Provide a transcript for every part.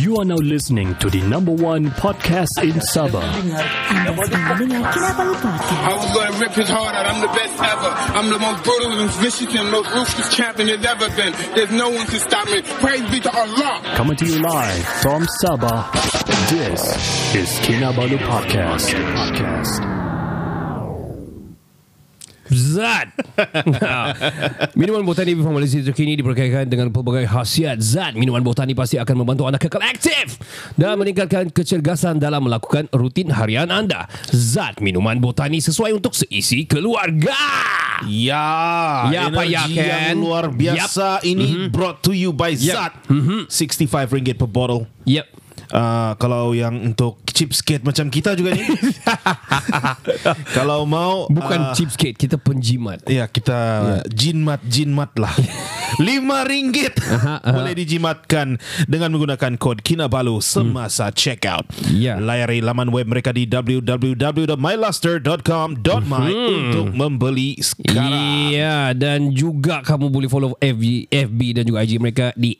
You are now listening to the number one podcast in Sabah. Anda sedang mendengar Kinabalu Podcast. I was gonna rip his heart out. I'm the best ever. I'm the most brutal and vicious and most ruthless champion there's ever been. There's no one to stop me. Praise be to Allah. Coming to you live from Sabah. This is Kinabalu Podcast. Zat Minuman botani before Malaysia terkini diperkaitkan dengan pelbagai khasiat zat Minuman botani pasti akan membantu anda kekal aktif Dan meningkatkan kecergasan dalam melakukan rutin harian anda Zat minuman botani sesuai untuk seisi keluarga Ya, Ya, apa ya, energi yang Ken? Mhm. luar biasa ini brought to you by Zat. RM65 ringgit per bottle. Yep Uh, kalau yang untuk cheapskate macam kita juga ni. kalau mau Bukan ah, cheapskate, kita penjimat Ya kita jinmat jinmat lah. Lima ringgit boleh dijimatkan dengan menggunakan kod Kinabalu semasa checkout. Hmm. Ya. Layari laman web mereka di www.myluster.com.my Hmm. untuk membeli sekarang. Iya dan juga kamu boleh follow FB, FB dan juga IG mereka di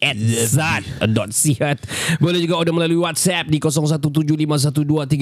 @zat.sihat. Boleh juga order melalui WhatsApp di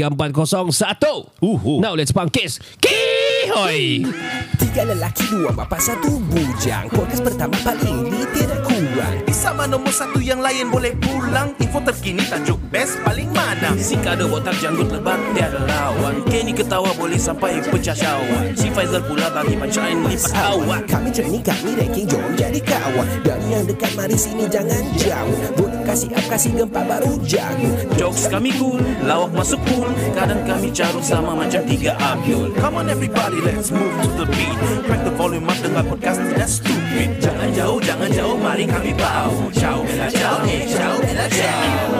0175123401. Uhu. Now let's pangkis. Kihoi. Tiga lelaki, dua bapa, satu bujang Podcast pertama paling ini tidak kurang Sama nombor satu yang lain boleh pulang Info terkini tajuk best paling mana Si kado botak janggut lebat tiada lawan Kenny ketawa boleh sampai pecah syawak Si Faizal pula bagi pancaan lipat awak Kami training, kami ranking, jom jadi kawan Dan yang dekat, mari sini jangan jauh Boleh kasih up, kasih gempa baru jago Jokes kami cool, lawak masuk pool Kadang kami carut sama macam tiga abyul Come on everybody, let's move to the beat Crack the volume up dengan podcast tidak stupid Jangan jauh, jangan jauh, mari kami bau Ciao, bella ciao, eh, ciao, bella ciao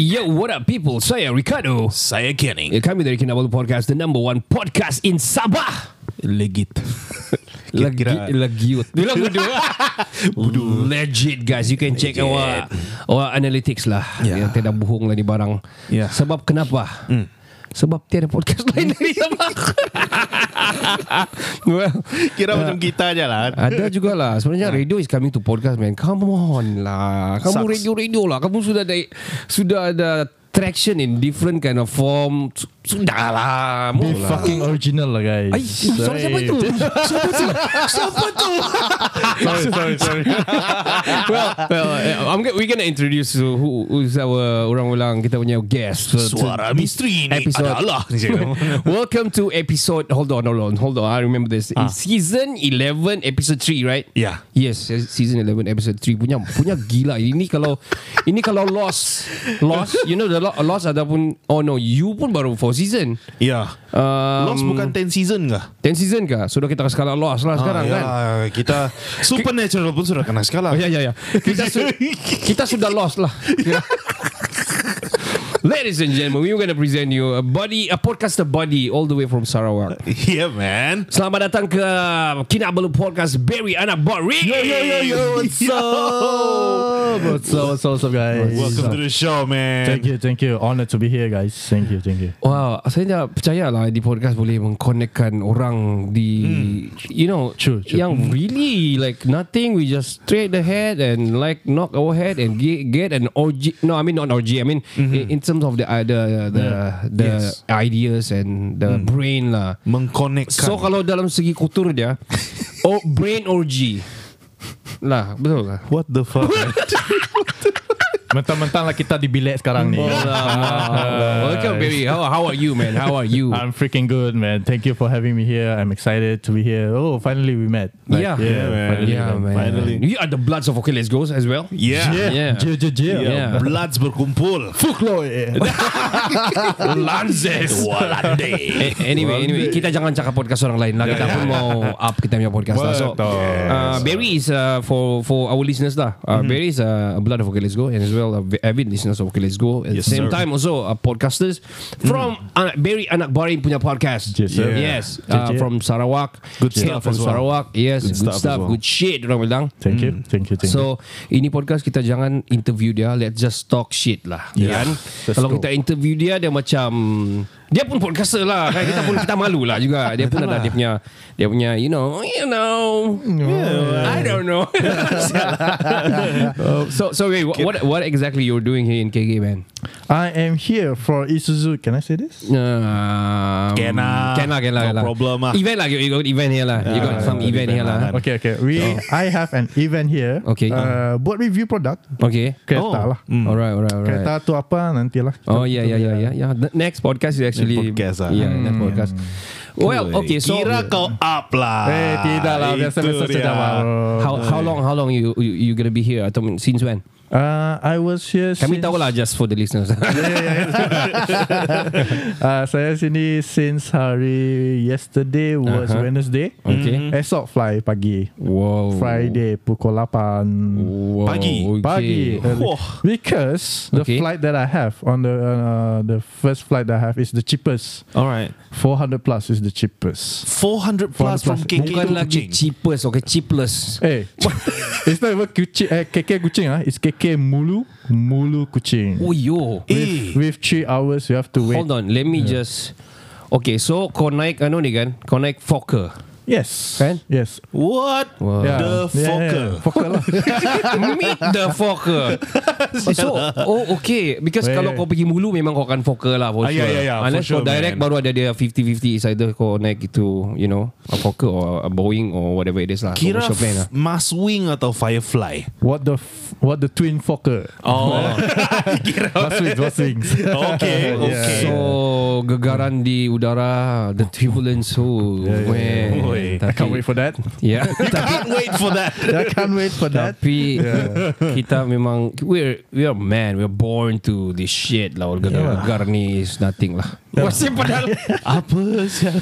Yo, what up people? Saya Ricardo. Saya Kenny. Eh, Kami dari Kinabalu Podcast, the number one podcast in Sabah. Legit. Lagi Kira-kira- lagiut. Dia lagu dua. Legit guys, you can check our our analytics lah. Yeah. Ya. Yang tidak bohong lah ni barang. Ya. Hmm. Sebab kenapa? Mm. Sebab tiada podcast lain dari Sabah. well, Kira macam kita aja lah. ada juga lah Sebenarnya Ah. radio is coming to podcast man Come on lah Kamu Sucks. radio-radio lah Kamu sudah ada Sudah ada traction in different kind of form Su- Sudah lah Be fucking original lah guys. Ay, suara siapa tu? Siapa tu? Siapa tu? sorry, sorry, sorry. well, well, eh, I'm gonna, we're gonna introduce uh, who, who's our orang-orang kita punya guest. So, Suara misteri ini episode. adalah ni saya kata. Welcome to episode. Hold on, hold on, hold on. I remember this. It's Season 11, episode 3, right? Ah. Yeah. Yes, season 11, episode 3 punya punya gila. Ini kalau ini kalau loss, loss. You know the lo- loss ataupun oh no, you pun baru 4 season. Ya. Um, Lost Ah, bukan 10 season kah? 10 season kah? Sudah kita skala loss lah sekarang ya, kan? Kita Supernatural pun sudah kena skala. Oh, ya, ya, ya. Kita, su- kita sudah lost lah. Kira- Ladies and gentlemen, we are going to present you a body, a podcaster body all the way from Sarawak. Yeah, Ya, man. Selamat datang ke Kinabalu Podcast Barry Ya. Anak Boring. Yo, yo, yo, yo. What's Yo. up? What's up, what's up, what's up guys? Welcome to the show, man. Thank you, thank you. Honored to be here guys. Thank you, thank you. Wow, saya tak percaya lah di podcast boleh mengconnectkan orang di, Hmm. you know, True, true. yang really like nothing. We just straight ahead and like knock our head and get, get an OG. No, I mean not OG. I mean in, in terms of the uh, the the, the Mm-hmm. Yes. Mm. ideas and the brain lah. Mengkonekkan. So kalau dalam segi kultur dia, oh brain OG lah betul lah. What the fuck? Mentang-mentang lah kita di bilik sekarang ni. Welcome, baby. How, how are you, man? How are you? I'm freaking good, man. Thank you for having me here. I'm excited to be here. Oh, finally we met. Yeah. Yeah, man. finally yeah, we met. man. Finally. You are the bloods of Okay Let's Go as well. yeah. Yeah. Yeah, yeah, yeah. yeah, yeah. Yeah. Ya. Bloods berkumpul. Fuck lo, eh. Lanzes. Walande. Eh, Anyway, anyway, kita jangan cakap podcast orang lain lah. Kita pun mau up kita punya podcast lah. So, Betul. Mm-hmm. uh, Barry is uh, for for our listeners lah. Uh, Barry is uh, a blood of Okay Let's Go and as well, uh, avid listeners of Okay Let's Go. At Yes, the same sir. Mm. time, also uh, podcasters from Anak, Barry Anak Baring punya podcast. Yes, sir. Yes, uh, JJ. from Sarawak. Good They are stuff from as well. Sarawak. Yes, good, Good stuff stuff, as well. good shit. Orang bilang. Thank you, thank you, thank you. So ini podcast kita jangan interview dia Let's just talk shit lah yeah. kan? Let's Kalau go. kita interview dia Dia macam Dia pun podcaster lah kan? Kita pun kita malu lah juga Dia pun ada dia punya Dia punya you know You know I don't know Uh, So so wait wha- What what exactly you're doing here in KK man I am here for Isuzu. Can I say this? um, Can lah. Can lah can lah No can lah. problem lah. Event lah you, you got event here lah You got some event here lah Okay, okay. We, I have an event here. Okay. Uh, buat review product. Okay Oh. Kereta lah. Alright alright alright Kereta tu apa nantilah. Oh yeah, yeah, yeah, yeah, yeah. The next podcast is actually podcast ah. Yeah, next podcast. Well, okay, so Kira kau up lah Eh, tidak lah. Itu Biasa-biasa dia. saja baru. how how long how long you you, you gonna be here? Atau since when? Uh, I was here Kami since, tahu lah just for the listeners. uh, Saya sini since hari Yesterday was Aha. Wednesday Uh-huh. Okay. Oh. Esok fly pagi wow. Friday pukul 8 Wow, Pagi. okay. Pagi early. Whoa. Because the Okay. flight that I have On the uh, the first flight that I have Is the cheapest Alright 400 plus is the cheapest 400 plus 400 from plus. KK Bukan to lagi Kuching. cheapest, okay, cheapless. Eh, it's not even kucing, eh, KK kucing ah. It's KK mulu, mulu kucing. Oh yo. Eh With three hours, you have to wait. Hold on, let me just. Okay, so kau naik anu ni kan? Kau naik Fokker. Yes. Kan? Yes. What Oh. The Fokker Fokker lah. Meet the Fokker. so, oh okay. Because Wait, kalau wait. kau pergi mulu memang kau akan Fokker lah for Ah, sure. yeah, yeah, yeah, for Unless sure, kau direct man. baru ada dia 50-50. It's either kau naik itu, you know, a Fokker or a Boeing or whatever it is lah. Kira Commercial plane lah. Mas Wing atau Firefly What the f- what the twin Fokker? Oh Last wings, last wings. Okay Okay So, gegaran di udara, the turbulence. Oh, yeah, man. Oi. I can't wait for that. Yeah. tapi, Can't wait for that I can't wait for that. tapi kita memang we're we're man we're born to this shit lah gegar-gegar ni is nothing lah What's it padahal Apa sial?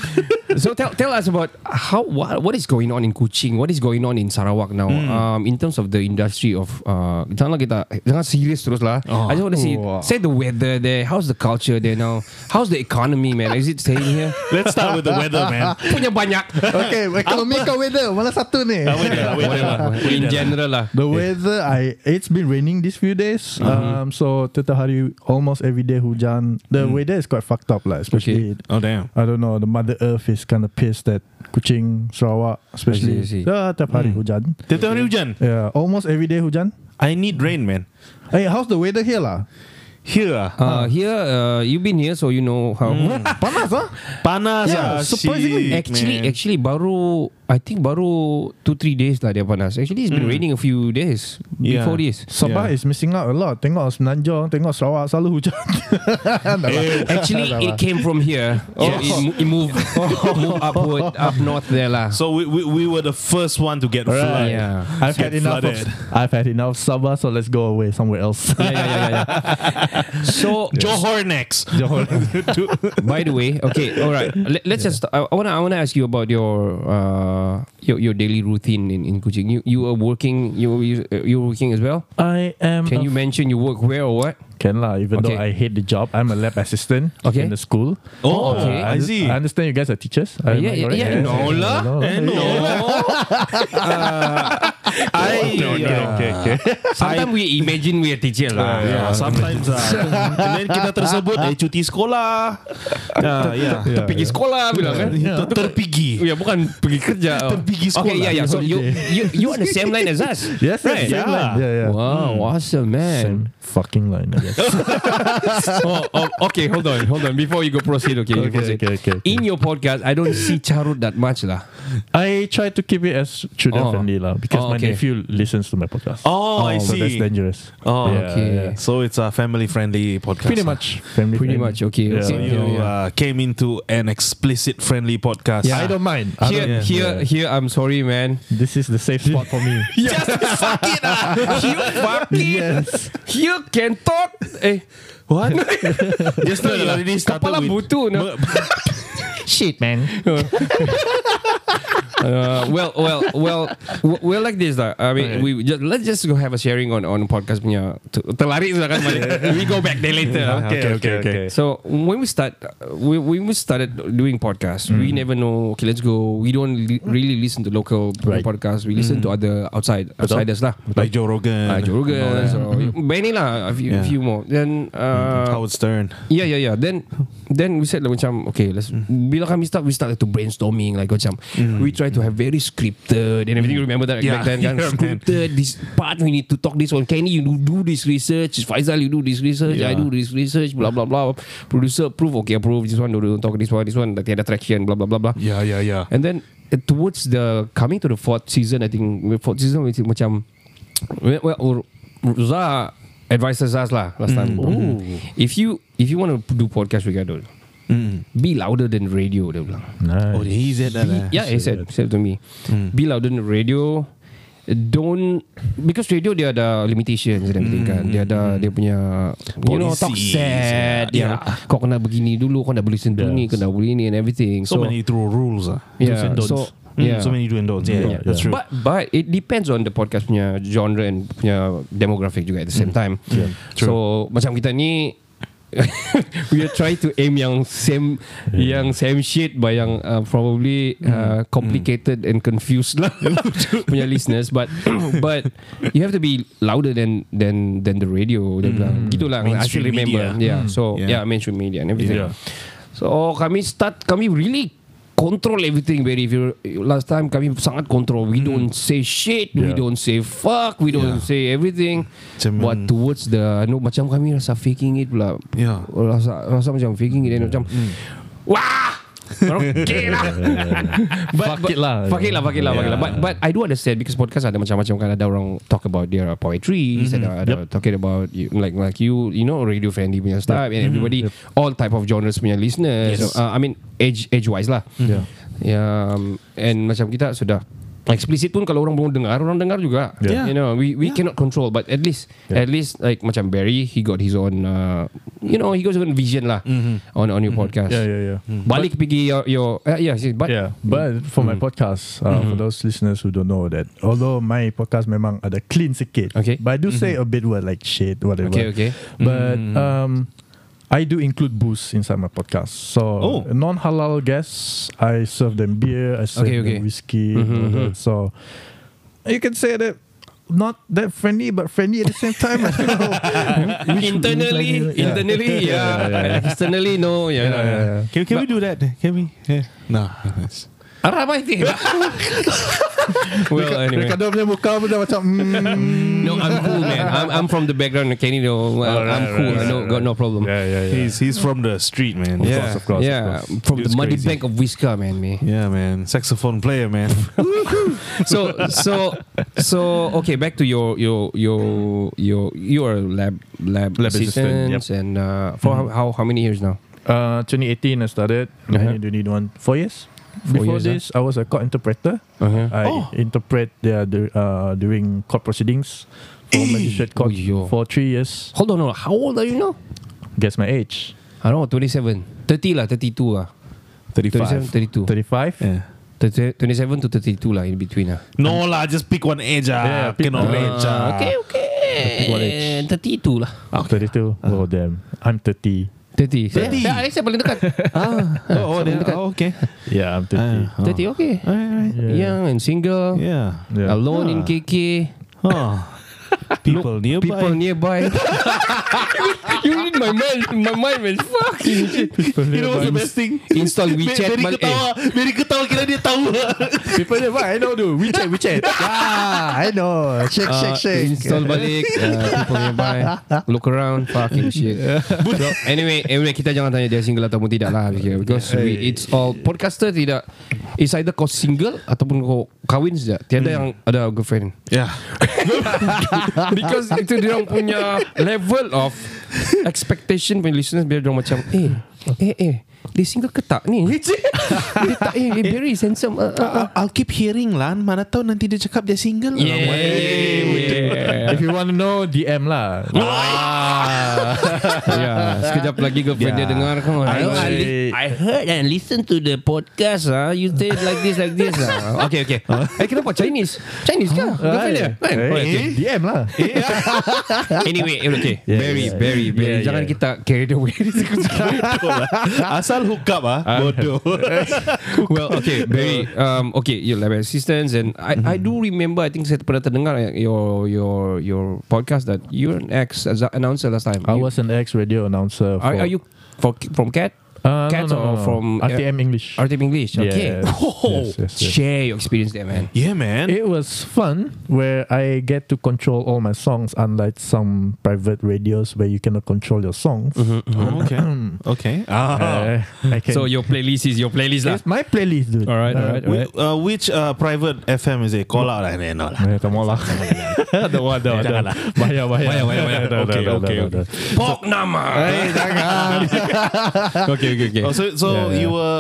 So tell tell us about how what what is going on in Kuching, what is going on in Sarawak now, um, in terms of the industry of uh, janganlah kita jangan serious terus lah. I just want to see Wah. say the weather there, how's the culture there now, how's the economy man, is it staying here? Let's start with the weather man Punya banyak. Okay, ekonomi kau weather. Mana satu ni? Whatever. in general lah. The weather, I it's been raining these few days. Um, so tetap hari almost every day hujan. The weather is quite fucked up lah, especially Oh damn I don't know. The Mother Earth is kind of pissed that Kuching, Sarawak, especially. I see, I see. Ah, tiap hari hujan. Tiap-tiap hari hujan Yeah, almost every day hujan. I need rain man Hey, Eh, how's the weather here lah? Here ah. Uh, here, uh, you've been here, so you know how. Hmm. Panas ah? Panas Yeah, ah, surprisingly. shit, Actually, man. actually baru I think baru 2 3 days lah dia panas. Actually it's been raining a few days Hmm. Yeah. before this. Sabah Yeah. is missing out a lot. Tengok Semenanjung, tengok Sarawak selalu hujan. Dah lah. Actually, it came from here. Oh. It, mo- it moved, moved upward, up north there lah. Oh. So we, we, we were the first one to get flooded. Yeah. I've Get had enough. Of, flooded. I've had enough Sabah, so let's go away somewhere else. yeah, yeah, yeah, yeah, yeah. So, Johor next. by the way, okay, all right. Let, let's just. I want to. I want to ask you about your uh your, your daily routine in in Kuching. You you are working. You you you're working as well. I am. Can you a mention you work where or what? Can lah, even Okay. though I hate the job, I'm a lab assistant Okay. in the school. Oh, okay. I under- see. I understand you guys are teachers. Am I yeah, yeah, correct? yeah, no lah. no, eh, no. I, no, no, okay, okay. Sometimes we imagine we are teacher lah. Yeah, sometimes lah. And then kita tersebut eh cuti sekolah. Yeah, yeah. Yeah, Pergi sekolah bilang kan. Ter- Terpigi. Ya bukan pergi kerja. Pergi sekolah. Okay, yeah, yeah. So you you you on the same line as us. Yes, right. Right. Same Yeah. line. yeah, yeah. Wow, awesome Same man. fucking line. I guess. oh, oh, okay, hold on, hold on. Before you go proceed, okay, you Okay, proceed. okay, okay, okay. In your podcast, I don't see Charut that much lah. I try to keep it as children Oh. friendly lah, because Oh, my okay. nephew listens to my podcast. Oh, I so that's see. dangerous. Oh, Yeah, okay. yeah. So it's a family-friendly podcast. Pretty lah. much. Family Pretty friendly. much, okay, Yeah. okay. So you uh, came into an explicit-friendly podcast. I don't mind. I Here, don't- here, here. I'm sorry, man. This is the safe spot for me. Just fuck it lah. You fuck it. yes. You can talk. Eh, What? Just now you already started kepala with butuh. No? Shit, man. Uh, well, well, well, w- well like this lah. I mean, we just let's just go have a sharing on on podcast punya. tu- Terlari sudah kan balik. We go back there later. Okay, okay, okay. So when we start, uh, we, when we started doing podcasts, we never know. Okay, let's go. We don't li- really listen to local Right. podcasts. We listen to other outside outsiders lah. Like Joe Rogan. Uh, Joe Rogan, so many lah, a few, Ah, Mm-hmm. Yeah. Mm-hmm. few more. Then uh, Howard Stern. Yeah yeah yeah Then Then we said like macam Okay let's Mm. Bila kami start We start like, to brainstorming Like macam We try to have very scripted And everything You remember that Mm. Yeah. Back then kan Yeah, man. Scripted This part we need to talk this one Kenny you do, do this research Faisal you do this research Yeah. I do this research Blah blah blah Producer approve Okay approve This one don't talk this one This one Tiada traction Blah blah blah blah Yeah, yeah, yeah. And then uh, towards the coming to the fourth season, I think the fourth season which is macam well, well or- Zah advises us lah last Mm. time. If you if you want to do podcast with Gadol, Mm-hmm. be louder than radio. Dia bilang. Oh, he said that. Be- eh? yeah, he said said to me, Mm. be louder than radio. Don't because radio dia ada limitations dan everything kan. Dia ada dia punya you know talk Policies, set. Yeah. yeah. Kau kena begini dulu, kau nak boleh sentuh Yes. ni, kau nak boleh ni and everything. So, many through rules. ah. yeah, don'ts. so Mm, yeah. So many do and don'ts. Yeah, yeah, that's true. But but it depends on the podcast punya genre and punya demographic juga at the same time. So macam kita ni we are trying to aim yang same yang same shit but yang uh, probably Mm. uh, complicated and confused lah punya listeners but but you have to be louder than than than the radio Mm. dia bilang gitulah I still Mainstream remember media. yeah so yeah. Yeah. mainstream media and everything Mm. Yeah. So kami start kami really control everything very if you last time kami sangat control we don't say shit we Hmm. Yeah. don't say fuck we don't Yeah. say everything Macam- but towards the no macam kami rasa faking it pula Yeah. rasa rasa macam faking it and macam Hmm. wah Okay lah but, Fuck it lah. Fuck it lah Fuck it lah, fuck it Yeah. lah. But, but I do understand Because podcast ada macam-macam kan Ada orang talk about Their poetry mm-hmm. Ada, ada talking about you- Like like you You know radio friendly punya stuff And everybody All type of genres punya listeners Yes. uh, I mean age age wise lah Yeah. yeah, um, And macam kita sudah Explicit pun kalau orang belum dengar Orang dengar juga Yeah. You know We we cannot control But at least At least like Macam Barry He got his own uh, You know He got his own vision lah On on your podcast Yeah, yeah, yeah. Balik pergi your, your uh, yeah, see, but Mm. Mm-hmm. Yeah, but for my podcast, uh, for those listeners who don't know that, although my podcast memang ada clean sikit, Okay. Mm-hmm. but I do say a bit word like shit, whatever. Okay, okay. Mm-hmm. But um, I do include booze inside my podcast. So Oh. non-halal guests, I serve them beer, I serve Okay, Mm-hmm, okay. them whiskey. all that. So you can say that not that friendly, but friendly at the same time. I don't know. internally, which- yeah. internally, yeah. Externally, no. Yeah, yeah, yeah. Can, can we do that? Can we? Yeah. No. that's- Ramai thing. well, anyway. Ricardo punya muka pun dah macam mm, No, I'm cool, man. I'm, I'm from the background. Can you know? uh, I'm cool. I know, got no problem. Yeah, yeah, yeah. He's he's from the street, man. Of yeah. course, of course. yeah, Of course. from Dude's the muddy crazy. bank of Whisker, man, me. Yeah, man. Saxophone player, man. so so so okay back to your your your your your lab lab, Lab assistant, assistants and uh, for how, how how many years now Uh, 2018 I started. Uh-huh. Uh-huh. 2021, four years. Four Before years, this, I was a court interpreter. uh-huh. I interpret the, the uh, during court proceedings for Eh. magistrate court Uyo. for three years. hold on hold on. how old are you now Guess my age? I don't know 27 30 lah 32 lah 35. 27 32 35. Yeah. 30, 27 to 32 lah in between lah No lah, just pick one edge. Yeah, Yeah, pick pick one edge. ah. okay what okay age? 32 lah 32. Uh-huh. Oh damn, I'm 30. 30 saya, 30. saya, saya paling dekat ah, Oh, oh, they- oh, okay. Yeah, I'm 30. Uh, 30 oh. okay All right, right. Ah. young and single Yeah. Yeah. alone in KK Oh. People nearby. People nearby. you read my mind, my mind man. Fuck. You know what's the best thing? Install WeChat. Very balik- ketawa. Very ketawa kira dia tahu. People there, what I know, dude. WeChat, WeChat. ah, I know. Shake, Uh, install balik uh, People nearby Look around Fucking shit so, anyway, anyway Kita jangan tanya dia single Ataupun tidak lah okay, Because we, it's all Podcaster tidak It's either kau single Ataupun kau kahwin saja Tiada yang ada girlfriend yeah. Because itu dia orang punya level of expectation punya listeners biar dia orang macam eh eh eh dia single ke tak ni? dia tak, eh, eh, very handsome. Uh, uh, uh. I'll, I'll keep hearing lah Mana tahu nanti dia cakap dia single lah. Yeah. If you want to know, DM lah. yeah. Ya, Sekejap lagi girlfriend yeah. dia dengar kan. I, know, I li- I heard and listen to the podcast. Ah, You say it like this, like this. ah. Okay, okay. eh, kenapa? Chinese? Chinese ke? Girlfriend dia? Kan? Eh, DM lah. Anyway, eh, okay. Yeah, very, yeah, very, very. uh, Yeah, Jangan yeah. kita carried away. Asal hook up ah Bodoh well, okay, very um, okay. You like my assistants, and I, I do remember. I think saya pernah terdengar eh, your your your podcast that you're an ex as a- announcer last time. I You- was an ex radio announcer. For, Are, are you for, from Cat? Uh, Cat no, no, or no. from RTM English? RTM English. Okay. Yes, Oh, yes, yes, yes. Share your experience there, man. Yeah man It was fun where I get to control all my songs, unlike some private radios where you cannot control your songs. Oh, Okay Okay ah. Uh, I can- Mm-hmm. So your playlist is your playlist lah. it's my playlist, dude. Alright, Uh, alright, Whi- uh, Which uh, private FM is it Call out lah eh, No lah Eh, kamu lah. Don't want, don't want, don't want. Bahaya, bahaya. Bahaya, bahaya, bahaya. Don't, Okay, don't, okay, don't, don't, Pok nama. okay, okay, okay. Oh, so so Yeah, yeah. you were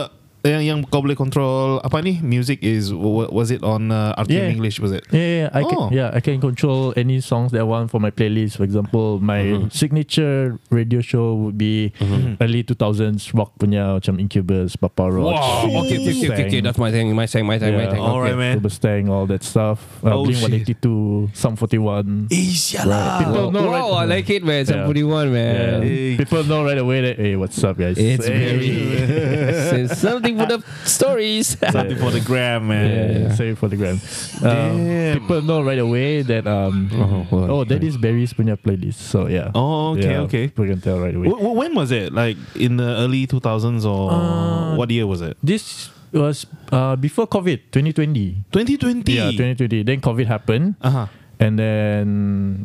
yang yang kau boleh control apa ni music is wa- was it on uh, RTM Yeah. English was it? Yeah, yeah, I Oh. can, yeah, I can control any songs that I want for my playlist. For example, my Mm-hmm. signature radio show would be early 2000s rock punya macam Incubus, Papa Roach, Wow. Oh, Okay, okay, okay, okay, okay. That's my thing. My thing. My thing. My Yeah. thing. All right, Okay. man. Super Stang, all that stuff. Uh, Oh, Blink shit. 182, Sum 41. Asia lah. People know Wow, I right, like it, man. Yeah. Somebody one, man. Yeah. People know right away that hey, what's up, guys? It's hey. very it's something for the stories. Something for the gram, Yeah, man. yeah, save for the gram. Um, people know right away that um, oh, that is Barry's punya playlist. So yeah. Oh, okay, Yeah, okay. People can tell right away. Wh- wh- when was it? Like in the early 2000s or what year was it? This was uh, before COVID, 2020. 2020. Yeah, 2020. Then COVID happened. Uh-huh. And then,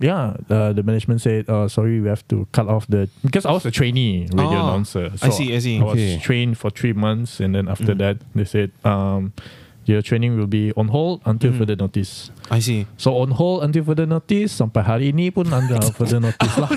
yeah, uh, the management said, oh, sorry, we have to cut off the. Because I was a trainee radio Oh, announcer. I see, I see. Mm. I was Okay. trained for three months. And then after that, they said, um, your training will be on hold until Mm. further notice. I see. So on hold until further notice Sampai hari ini pun Under further notice lah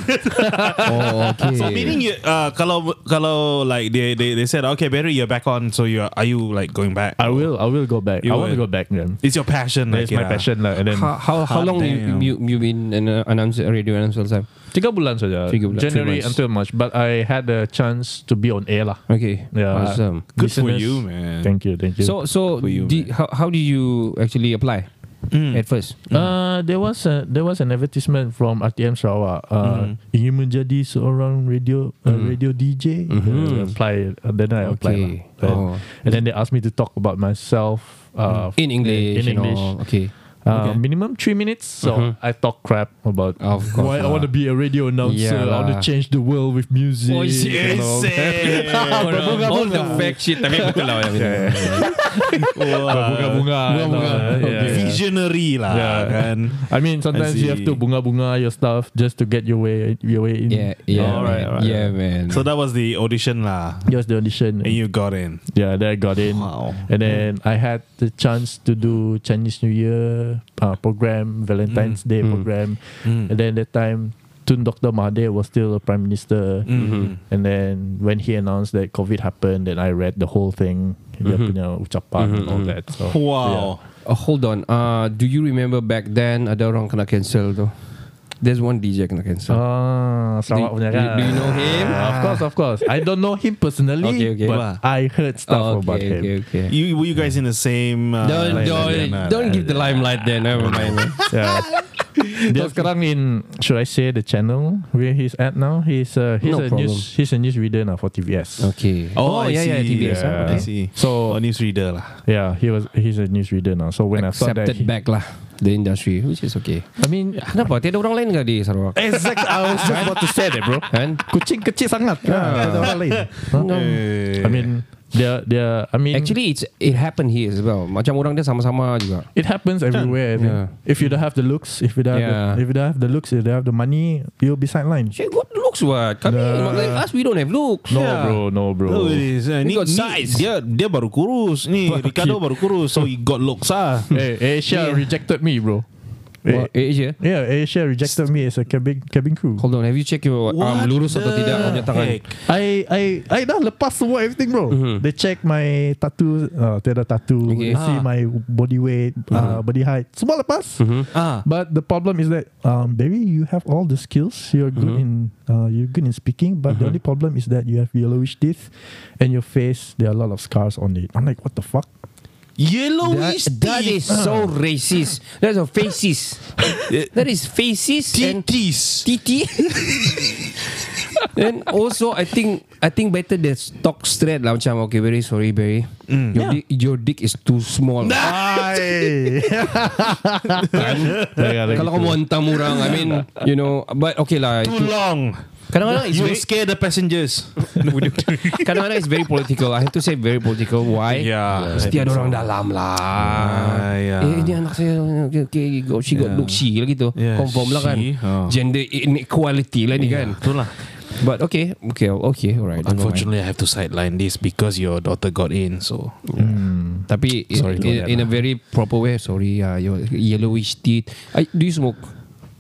oh, okay. So meaning you, uh, kalau kalau like they, they they said okay Barry you're back on so you are are you like going back? I will I will go back You I want to will. go back then It's your passion. That's like, my yeah. passion lah And then how how, how Hot long you, damn. you you been an uh, announcer radio announcer all the time? Tiga bulan saja Tiga bulan, three January months. until March But I had the chance To be on air lah Okay, Yeah. awesome. Good for Listeners, you, man. Thank you Thank you So so for you, di- how how did you actually apply at first? Uh, there was a, there was an advertisement from RTM Sarawak. Uh, Mm-hmm. Ingin menjadi seorang radio uh, radio DJ. Uh, apply. Uh, then I apply lah. Mm-hmm. Okay. Then- Oh. Mm. And then they asked me to talk about myself. Uh, In English, you In know. English. Okay. Mm-hmm. Oh, Uh, Minimum three minutes. So I talk crap about Of course why I lah. want to be a radio announcer. Yeah I want to lah. Oh, change the world with music. and all. all the fact shit tapi betul lah. Bunga-bunga. and all. Yeah, yeah. Visionary lah Yeah. kan. I mean, sometimes you see. have to bunga-bunga your stuff just to get your way your way in. Yeah, yeah, All right, man. all right. yeah, man. So that was the audition lah. Just the audition. And you got in. Yeah, then I got in. Wow. And then I had the chance to do Chinese New Year uh, program, Valentine's Day program. Mm. And then that time, Tun Dr. Mahathir was still a prime minister. Mm-hmm. And then when he announced that COVID happened, then I read the whole thing, dia punya ucapan and all that. So, Wow. Uh, hold on. Uh, do you remember back then ada orang kena cancel tu? There's one DJ kena yeah. cancel. Ah, Do- Sarawak punya do- kan? do you know him? Ah, Of course, of course. I don't know him personally, Okay, okay. but I heard Oh, stuff okay, about him. okay, okay. You were you guys in the same? Uh, Don't like- don't don't give the limelight there. Never mind. man. Yeah. Dia sekarang Uh, in Should I say the channel Where he's at now He's a He's No a problem. news He's a news reader now For TVS Okay. Oh, I yeah, yeah, see. TBS. Yeah. huh? I see. So- oh, newsreader lah. Yeah he was He's a news reader now So when I thought that Accepted he, back lah the industry, which is okay. I mean Kenapa? Tiada orang lain ke di Sarawak? Exact I was just about to say that bro Kan? Ah. Kucing kecil sangat yeah. Ada orang lain huh? No. I mean Dia Dia I mean Actually, it's it happened here as well. Macam orang dia sama-sama juga. It happens everywhere. I think. Yeah. If you don't have the looks, if you don't have Yeah. the, if you don't have the looks, if you don't have the money, you'll be sidelined. Cik, what looks what? Kami, like us, we don't have looks. No, Yeah. bro, no, bro. Oh, it is. Uh, He ni, got ni- size. Dia dia baru kurus ni. Ricardo baru kurus, so he got looks ah. Hey, Asia rejected me, bro. Eh. Eh, What, Asia? Yeah, Asia rejected me as a cabin cabin eh, crew. Hold on, have you check your arm What lurus atau the tidak kau punya tangan? heck? I I I dah lepas semua everything bro. They check my tattoo, uh, tiada tattoo. Okay. They Ah. see my body weight, uh, body height. Semua lepas. Ah. But the problem is that um, Barry, you have all the skills. You're good in uh, you're good in speaking. But the only problem is that you have yellowish teeth, and your face there are a lot of scars on it. I'm like, what the fuck? Yellowish That, that is teeth. so racist. That's a faces. that is faces and Titties. titi. And also I think I think better the talk straight lah macam okay very sorry Barry. Mm. Your, dick, your dick is too small. Ay. Kalau kau mau hentam orang I mean you know but okay lah. Too long. Kadang-kadang it's You very, scare the passengers. kadang-kadang it's very political. I have to say very political. Why? yeah. Mesti ada orang dalam lah ya. Eh ini anak saya okay, okay, got, She got look she lah gitu Yeah, Confirm lah kan she, oh. Gender inequality lah ni kan Itulah. But okay Okay okay alright never mind. Unfortunately, I have to sideline this because your daughter got in. So Tapi in, Sorry to in, that in a lah. very proper way Sorry uh, your Yellowish teeth I, Do you smoke?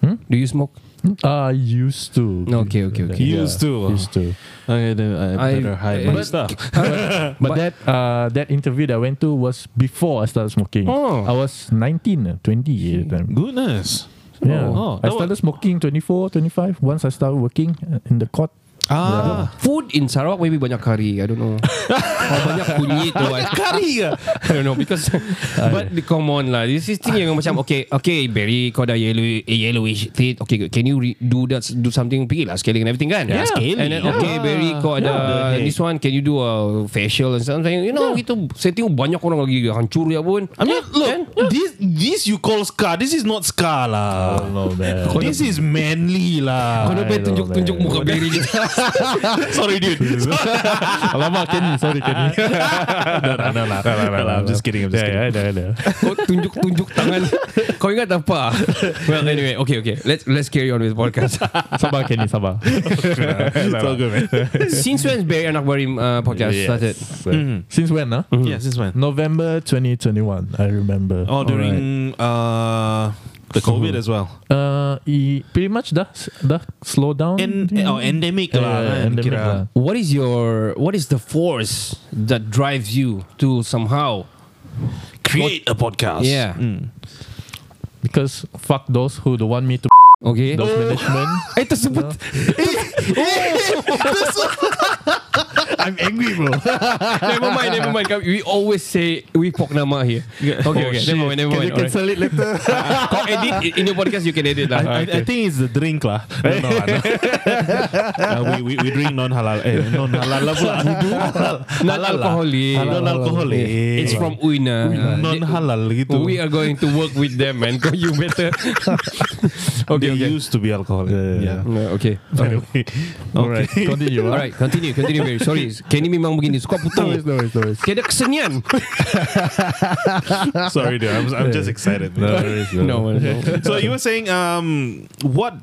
Hmm? Do you smoke? uh, used to. No, okay, okay, okay. Used to. Used to. I, I uh, eh, better I- hide but- my stuff. But, But- that uh, that interview that I went to was before I started smoking. Oh. I was 19, uh, 20 at the time. Goodness. Yeah. Oh, I that started smoking 24, 25 once I started working uh, in the court. Ah, Food in Sarawak maybe banyak kari I don't know Or banyak kunyit tu I- kari ke? I don't know because but the common lah. This is thing yang macam okay okay Barry kau dah yellow eh, yellowish teeth. Okay, can you re- do that do something pergi lah scaling and everything kan? Yeah, scaling. And then okay Yeah. Barry kau ada Yeah. this one can you do a facial and something? You know gitu. Saya tengok banyak orang lagi hancur ya pun. I mean, look, this this you call scar. This is not scar lah. No man. This is manly lah. Kau dapat tunjuk-tunjuk muka Barry gitu. Sorry, dude. Alamak, Kenny. Sorry, Kenny. no, no, no, no, no. I'm just kidding. I'm just kidding. yeah, yeah, yeah, yeah. Kau tunjuk-tunjuk tangan. Kau ingat apa? Well anyway, okay okay. Let's let's carry on with podcast. Sabar, Kenny. Sabar. it's all good, man. Since when is Barry Anak Barim uh, podcast Yes. started? Mm. Since when, huh? yes, this one. November 2021, I remember. Oh, during uh, the COVID as well. Alright. Uh, e, pretty much dah, dah slow down. And oh, endemic Yeah, lah. uh, kan, endemic kira. lah. What is your what is the force that drives you to somehow? Create a podcast. Mm. Yeah. Because fuck those who don't want me to Mm. Okay. those management. Eh tersebut. I'm angry, bro. never mind, never mind. We always say we pok nama here. Okay, Oh, okay. Never mind, never mind. Alright. it later? Kau edit in your podcast you can edit I, lah. I think it's the drink lah. No, no, no. uh, we, we, we drink non halal. Eh, non halal lah pula. Halal. Not halal lah. alcoholic. Non alcoholic. It's from Uina. non halal gitu. We are going to work with them, man. Kau you better. okay, They okay. used to be alcoholic. Yeah. Uh, Okay. Anyway. Alright. Continue. ah. Alright, continue, continue. Barry. Sorry, Kenny memang begini. Suka No putung. worries, no worries, no worries. Kena kesenian. Sorry, dude. I'm, I'm just excited. No, no. So you were saying, um, what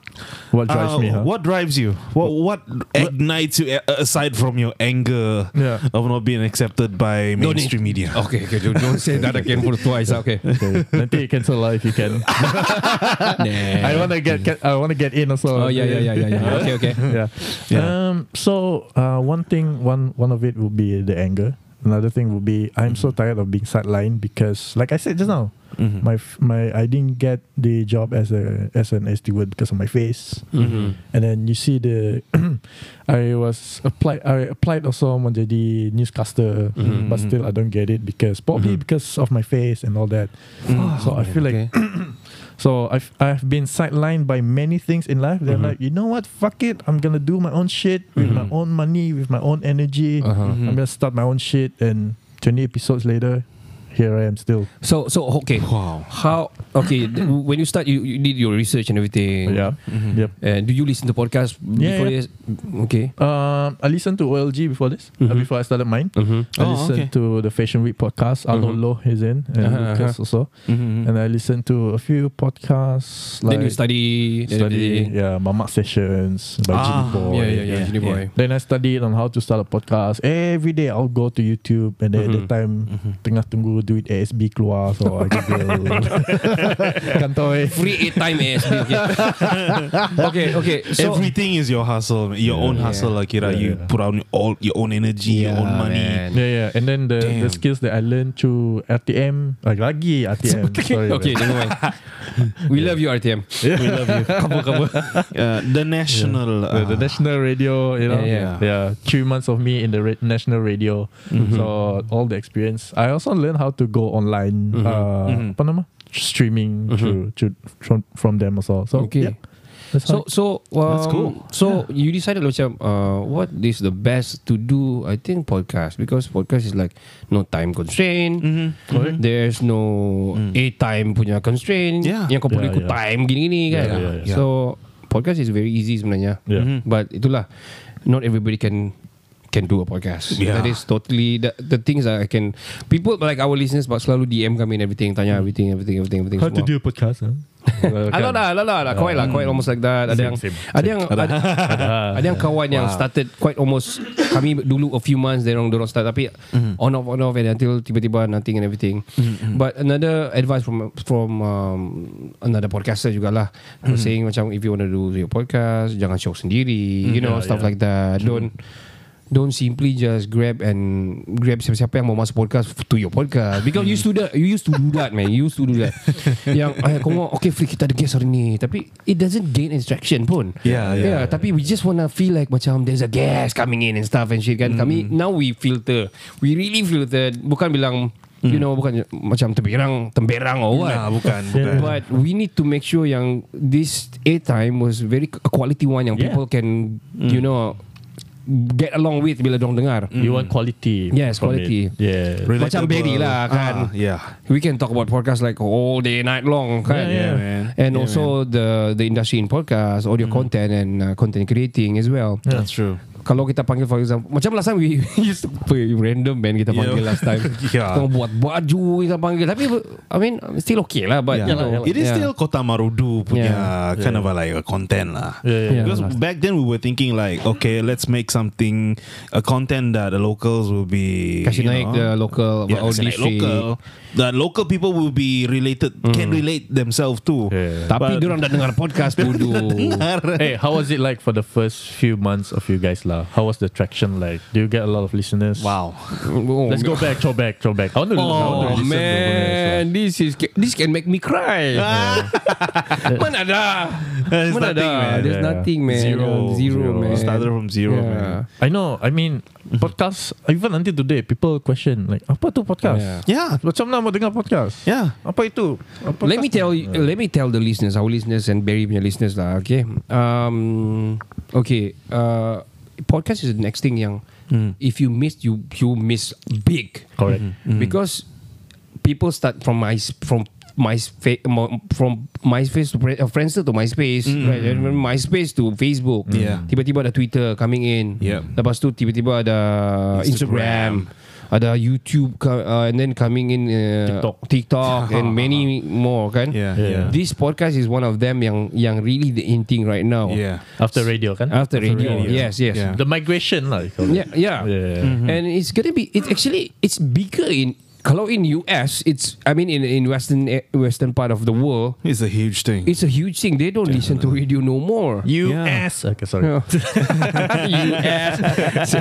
What uh, drives me, huh? What drives you? What what ignites you a- aside from your anger Yeah. of not being accepted by Don't mainstream need- media? Okay, okay, don't, don't say that again for twice. Okay. Okay. Nanti you cancel lah if you can. I wanna get, get I wanna get in also. Oh yeah, yeah, yeah, yeah, yeah. Okay, okay. yeah. Um. So uh, one thing, one one of it would be the anger. Another thing would be I'm so tired of being sidelined because, like I said just now, my f- my I didn't get the job as a as an air steward because of my face. And then you see the, I was applied I applied also menjadi newscaster, but still I don't get it because probably because of my face and all that. So I feel like so I've I've been sidelined by many things in life. They're Mm-hmm. like, you know what? Fuck it. I'm gonna do my own shit with my own money, with my own energy. Uh-huh. Mm-hmm. I'm gonna start my own shit. And 20 episodes later, here I am still. So, so okay. Wow. How? Okay, th- when you start, you, you did your research and everything. Mm-hmm. Yeah. Yep. And do you listen to podcast Yeah, before yeah. this? Okay. Um, I listened to OLG before this. uh, Mm-hmm. before I started mine, I Oh, listened okay. to the Fashion Week podcast. Alolo is in and Mm-hmm. Uh-huh, mm-hmm. Lucas also, and I listened to a few podcasts like then you study. study, yeah, Mamak sessions by Ah, Jimmy Boy. Yeah, yeah, yeah. Yeah, Gini boy. Then I studied on how to start a podcast. Every day I'll go to YouTube and then at the time tengah tunggu duit ASB keluar So I Google Kantoi Free eight time ASB Okay Okay, okay. So, Everything is your hustle, your own hustle. Like Akira, you put out all your own energy, your own money. man. Yeah yeah And then the, the Damn. skills that I learned Through RTM like, Lagi RTM Sorry Okay, never mind. We love you RTM. We love you. Cover, Uh, the national. the, the uh, national radio, you know, Yeah, yeah, three months of me in the ra- national radio, so all the experience. I also learned how to go online, uh, apa nama? streaming through, through from, from them also. So Okay. yeah, that's So how- so um, That's cool. So you decided macam uh, what is the best to do? I think podcast because podcast is like no time constraint. Mm-hmm. There's no a time punya constraint. Mm. Yeah. Yang kau perlu Yeah, ikut yeah. time gini-gini kan. Yeah, yeah, yeah. So podcast is very easy sebenarnya. Yeah. Mm-hmm. Mhm. But itulah not everybody can can do a podcast. Yeah. That is totally the, the things that I can people like our listeners but selalu DM kami and everything tanya everything everything everything everything how to semua. do podcast? Huh? A lot lah, a lot lah, lah. Quite lah, quite almost like that. Ada Kan? Hmm. Same, yang, same, ada yang, ada, ada yang kawan yang started quite almost kami dulu a few months they orang dorong start tapi Mm-hmm. on off on off and until tiba-tiba nothing and everything. But another advice from from um, another podcaster jugalah mm. Mm-hmm. saying macam if you want to do your podcast jangan show sendiri, Mm-hmm. you know stuff like that. Don't Don't simply just grab and grab siapa-siapa yang mau masuk podcast to your podcast because you used to that you used to do that man you used to do that yang eh kau mau okay free kita ada guest hari ni tapi it doesn't gain instruction pun Yeah, yeah, yeah tapi we just wanna feel like macam there's a guest coming in and stuff and shit kan kami Mm. now we filter we really filter bukan bilang Mm. you know bukan macam temberang temberang or what nah, bukan, bukan. But we need to make sure yang this A time was very a quality one yang yeah. people can Mm. you know get along with bila dong dengar. Mm. You want quality? Yes, from quality. it. Yeah. Relatable. Macam Barry lah, kan? Ah, yeah. We can talk about podcast like all day night long kan. Yeah, yeah, man. Mm. And Yeah, also the the industry in podcast, audio content and uh, content creating as well. That's true. Kalau kita panggil for example Macam last time we used to play random man Kita panggil Yeah. last time Yeah. Kita buat baju Kita panggil Tapi I mean Still okay lah But you Yeah. know, It is yeah. still Kota Marudu punya Yeah. kind of a, like a content lah. Yeah, yeah, Because back then we were thinking like, okay, let's make something a content that the locals will be Kasih you naik know, the local yeah, our kasih naik district. local. The local people will be related, can Mm. relate themselves to. Yeah. Tapi diorang dah dengar podcast Budu Hey, how was it like for the first few months of you guys lah? How was the traction like? Do you get a lot of listeners? Wow. oh, Let's go back, throw back, throw back. I want to, I want to Oh listen to man This is This can make me cry Mana ada There's Mana nothing, ada man. There's Yeah. nothing man Zero. Zero, Zero Zero. man Started from zero, Yeah. man. I know. I mean, podcast even until today, people question like, apa tu podcast? Yeah. Yeah. Macam mana mau dengar podcast? Yeah. Apa itu? Apa Let me tell you, let me tell the listeners, our listeners and Barry punya listeners lah, okay? Um, okay, uh, podcast is the next thing yang if you miss you you miss big. Hmm. Correct. because people start from my from my from MySpace to Fri- uh, Friendster to MySpace right and then MySpace to Facebook Yeah. tiba-tiba ada Twitter coming in Yeah. lepas tu tiba-tiba ada Instagram, Instagram. ada YouTube co- uh, and then coming in uh, TikTok. TikTok and many more kan Yeah, yeah. this podcast is one of them yang yang really the in thing right now Yeah. After radio kan? after radio, radio. yes yes Yeah. The migration lah. Yeah, yeah. Mm. Mm-hmm. Yeah. And it's gonna be. It's actually it's bigger in kalau in US. It's I mean in in western eh, western part of the world. It's a huge thing. It's a huge thing. They don't listen to radio no more. US. Okay, sorry. Yeah. US,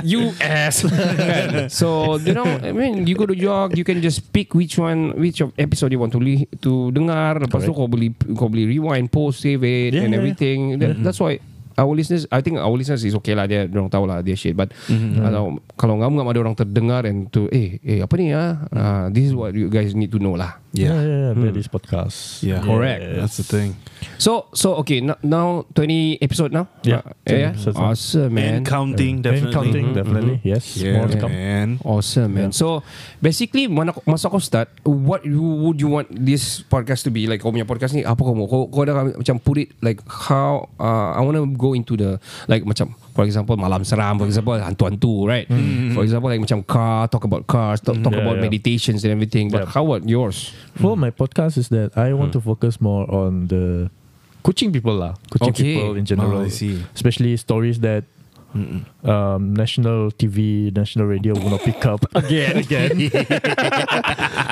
US. so you know, I mean, you go to jog, you can just pick which one, which of episode you want to li- to dengar. Lepas tu kau boleh kau boleh rewind, pause, save it, Yeah, and yeah, Mm-hmm. everything. That, That's why our listeners, I think our listeners is okay lah. Dia orang tahu lah dia shit. But Mm-hmm. kalau kalau ngam ngam ada orang terdengar and to eh eh apa ni ah, Ah, this is what you guys need to know lah. Yeah, yeah. yeah, yeah. That is podcast. Yeah. Mm. Correct. That's the thing. So so okay no- now 20 episode now. Yeah, Ah, yeah, 20 episodes now. awesome man. And counting, And definitely. counting, definitely. Yes. Mm-hmm, Yeah, More to come. man. Awesome, man. So basically, mana masa kau start, what you, would you want this podcast to be like? Kau punya podcast ni apa kau mau? Kau, kau dah macam put it like how uh, I want to go into the like macam for example malam seram, for example hantu-hantu, right? Mm-hmm. For example like macam car, talk about cars, talk, talk Yeah, about yeah. meditations and everything. But Yeah. how about yours? For my podcast is that I want to focus more on the coaching people lah, coaching Okay. people in general, Oh, I see. especially stories that um, national TV, national radio will not pick up again, again.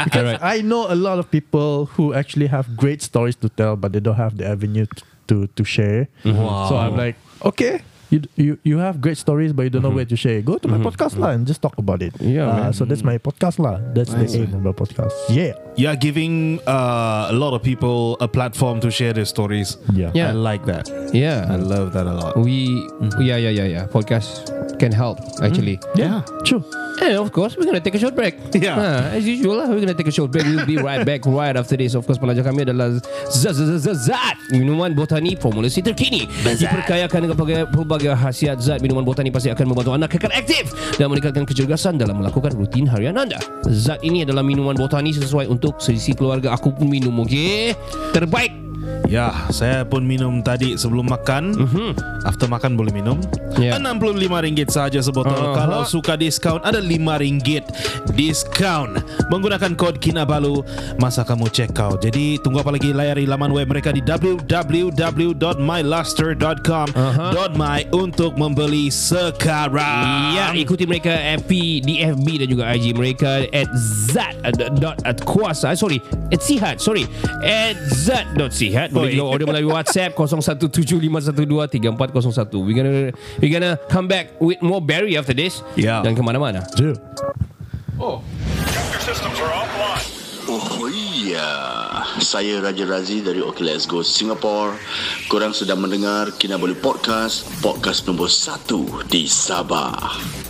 because I know a lot of people who actually have great stories to tell, but they don't have the avenue t- to to share. So I'm like, okay. You, you, you have great stories but you don't know where to share. Go to my podcast lah and just talk about it. Yeah, Uh, man. so that's my podcast lah. That's the aim of my podcast. Yeah. You're giving uh, a lot of people a platform to share their stories. Yeah. Yeah. I like that. I Yeah. love that a lot. We yeah yeah yeah yeah podcast can help actually. Yeah. True. And of course, we're gonna take a short break. Yeah. Ah, as usual lah, we're gonna take a short break. We'll be right back right after this. Of course, penaja kami adalah Zat Zat Zat Zat Zat. Minuman botani formulasi terkini. Diperkayakan dengan pelbagai, pelbagai khasiat zat. Minuman botani pasti akan membantu anda kekal aktif dan meningkatkan kecergasan dalam melakukan rutin harian anda. Zat ini adalah minuman botani sesuai untuk selisih keluarga. Aku pun minum, okey? Terbaik. Ya, saya pun minum tadi sebelum makan. After makan boleh minum. Mhm. Ya. RM65 sahaja sebotol. Aha. Kalau suka diskaun ada RM5 diskaun. Menggunakan kod Kinabalu masa kamu check out. Jadi tunggu apa lagi layari laman web mereka di www.myluster.com.my untuk membeli sekarang. Ya, ikuti mereka FB, di FB dan juga IG mereka at zat ad- dot at kuasa. ah, Sorry, at sihat. Sorry, at zat dot sihat. Boleh Oi. juga order melalui WhatsApp 0175123401. We gonna we gonna come back with more Barry after this. Ya. Dan kemana-mana. True. Oh iya, saya Raja Razi dari OK Let's Go Singapore. Korang sedang mendengar Kinabalu Podcast, podcast nombor 1 di Sabah.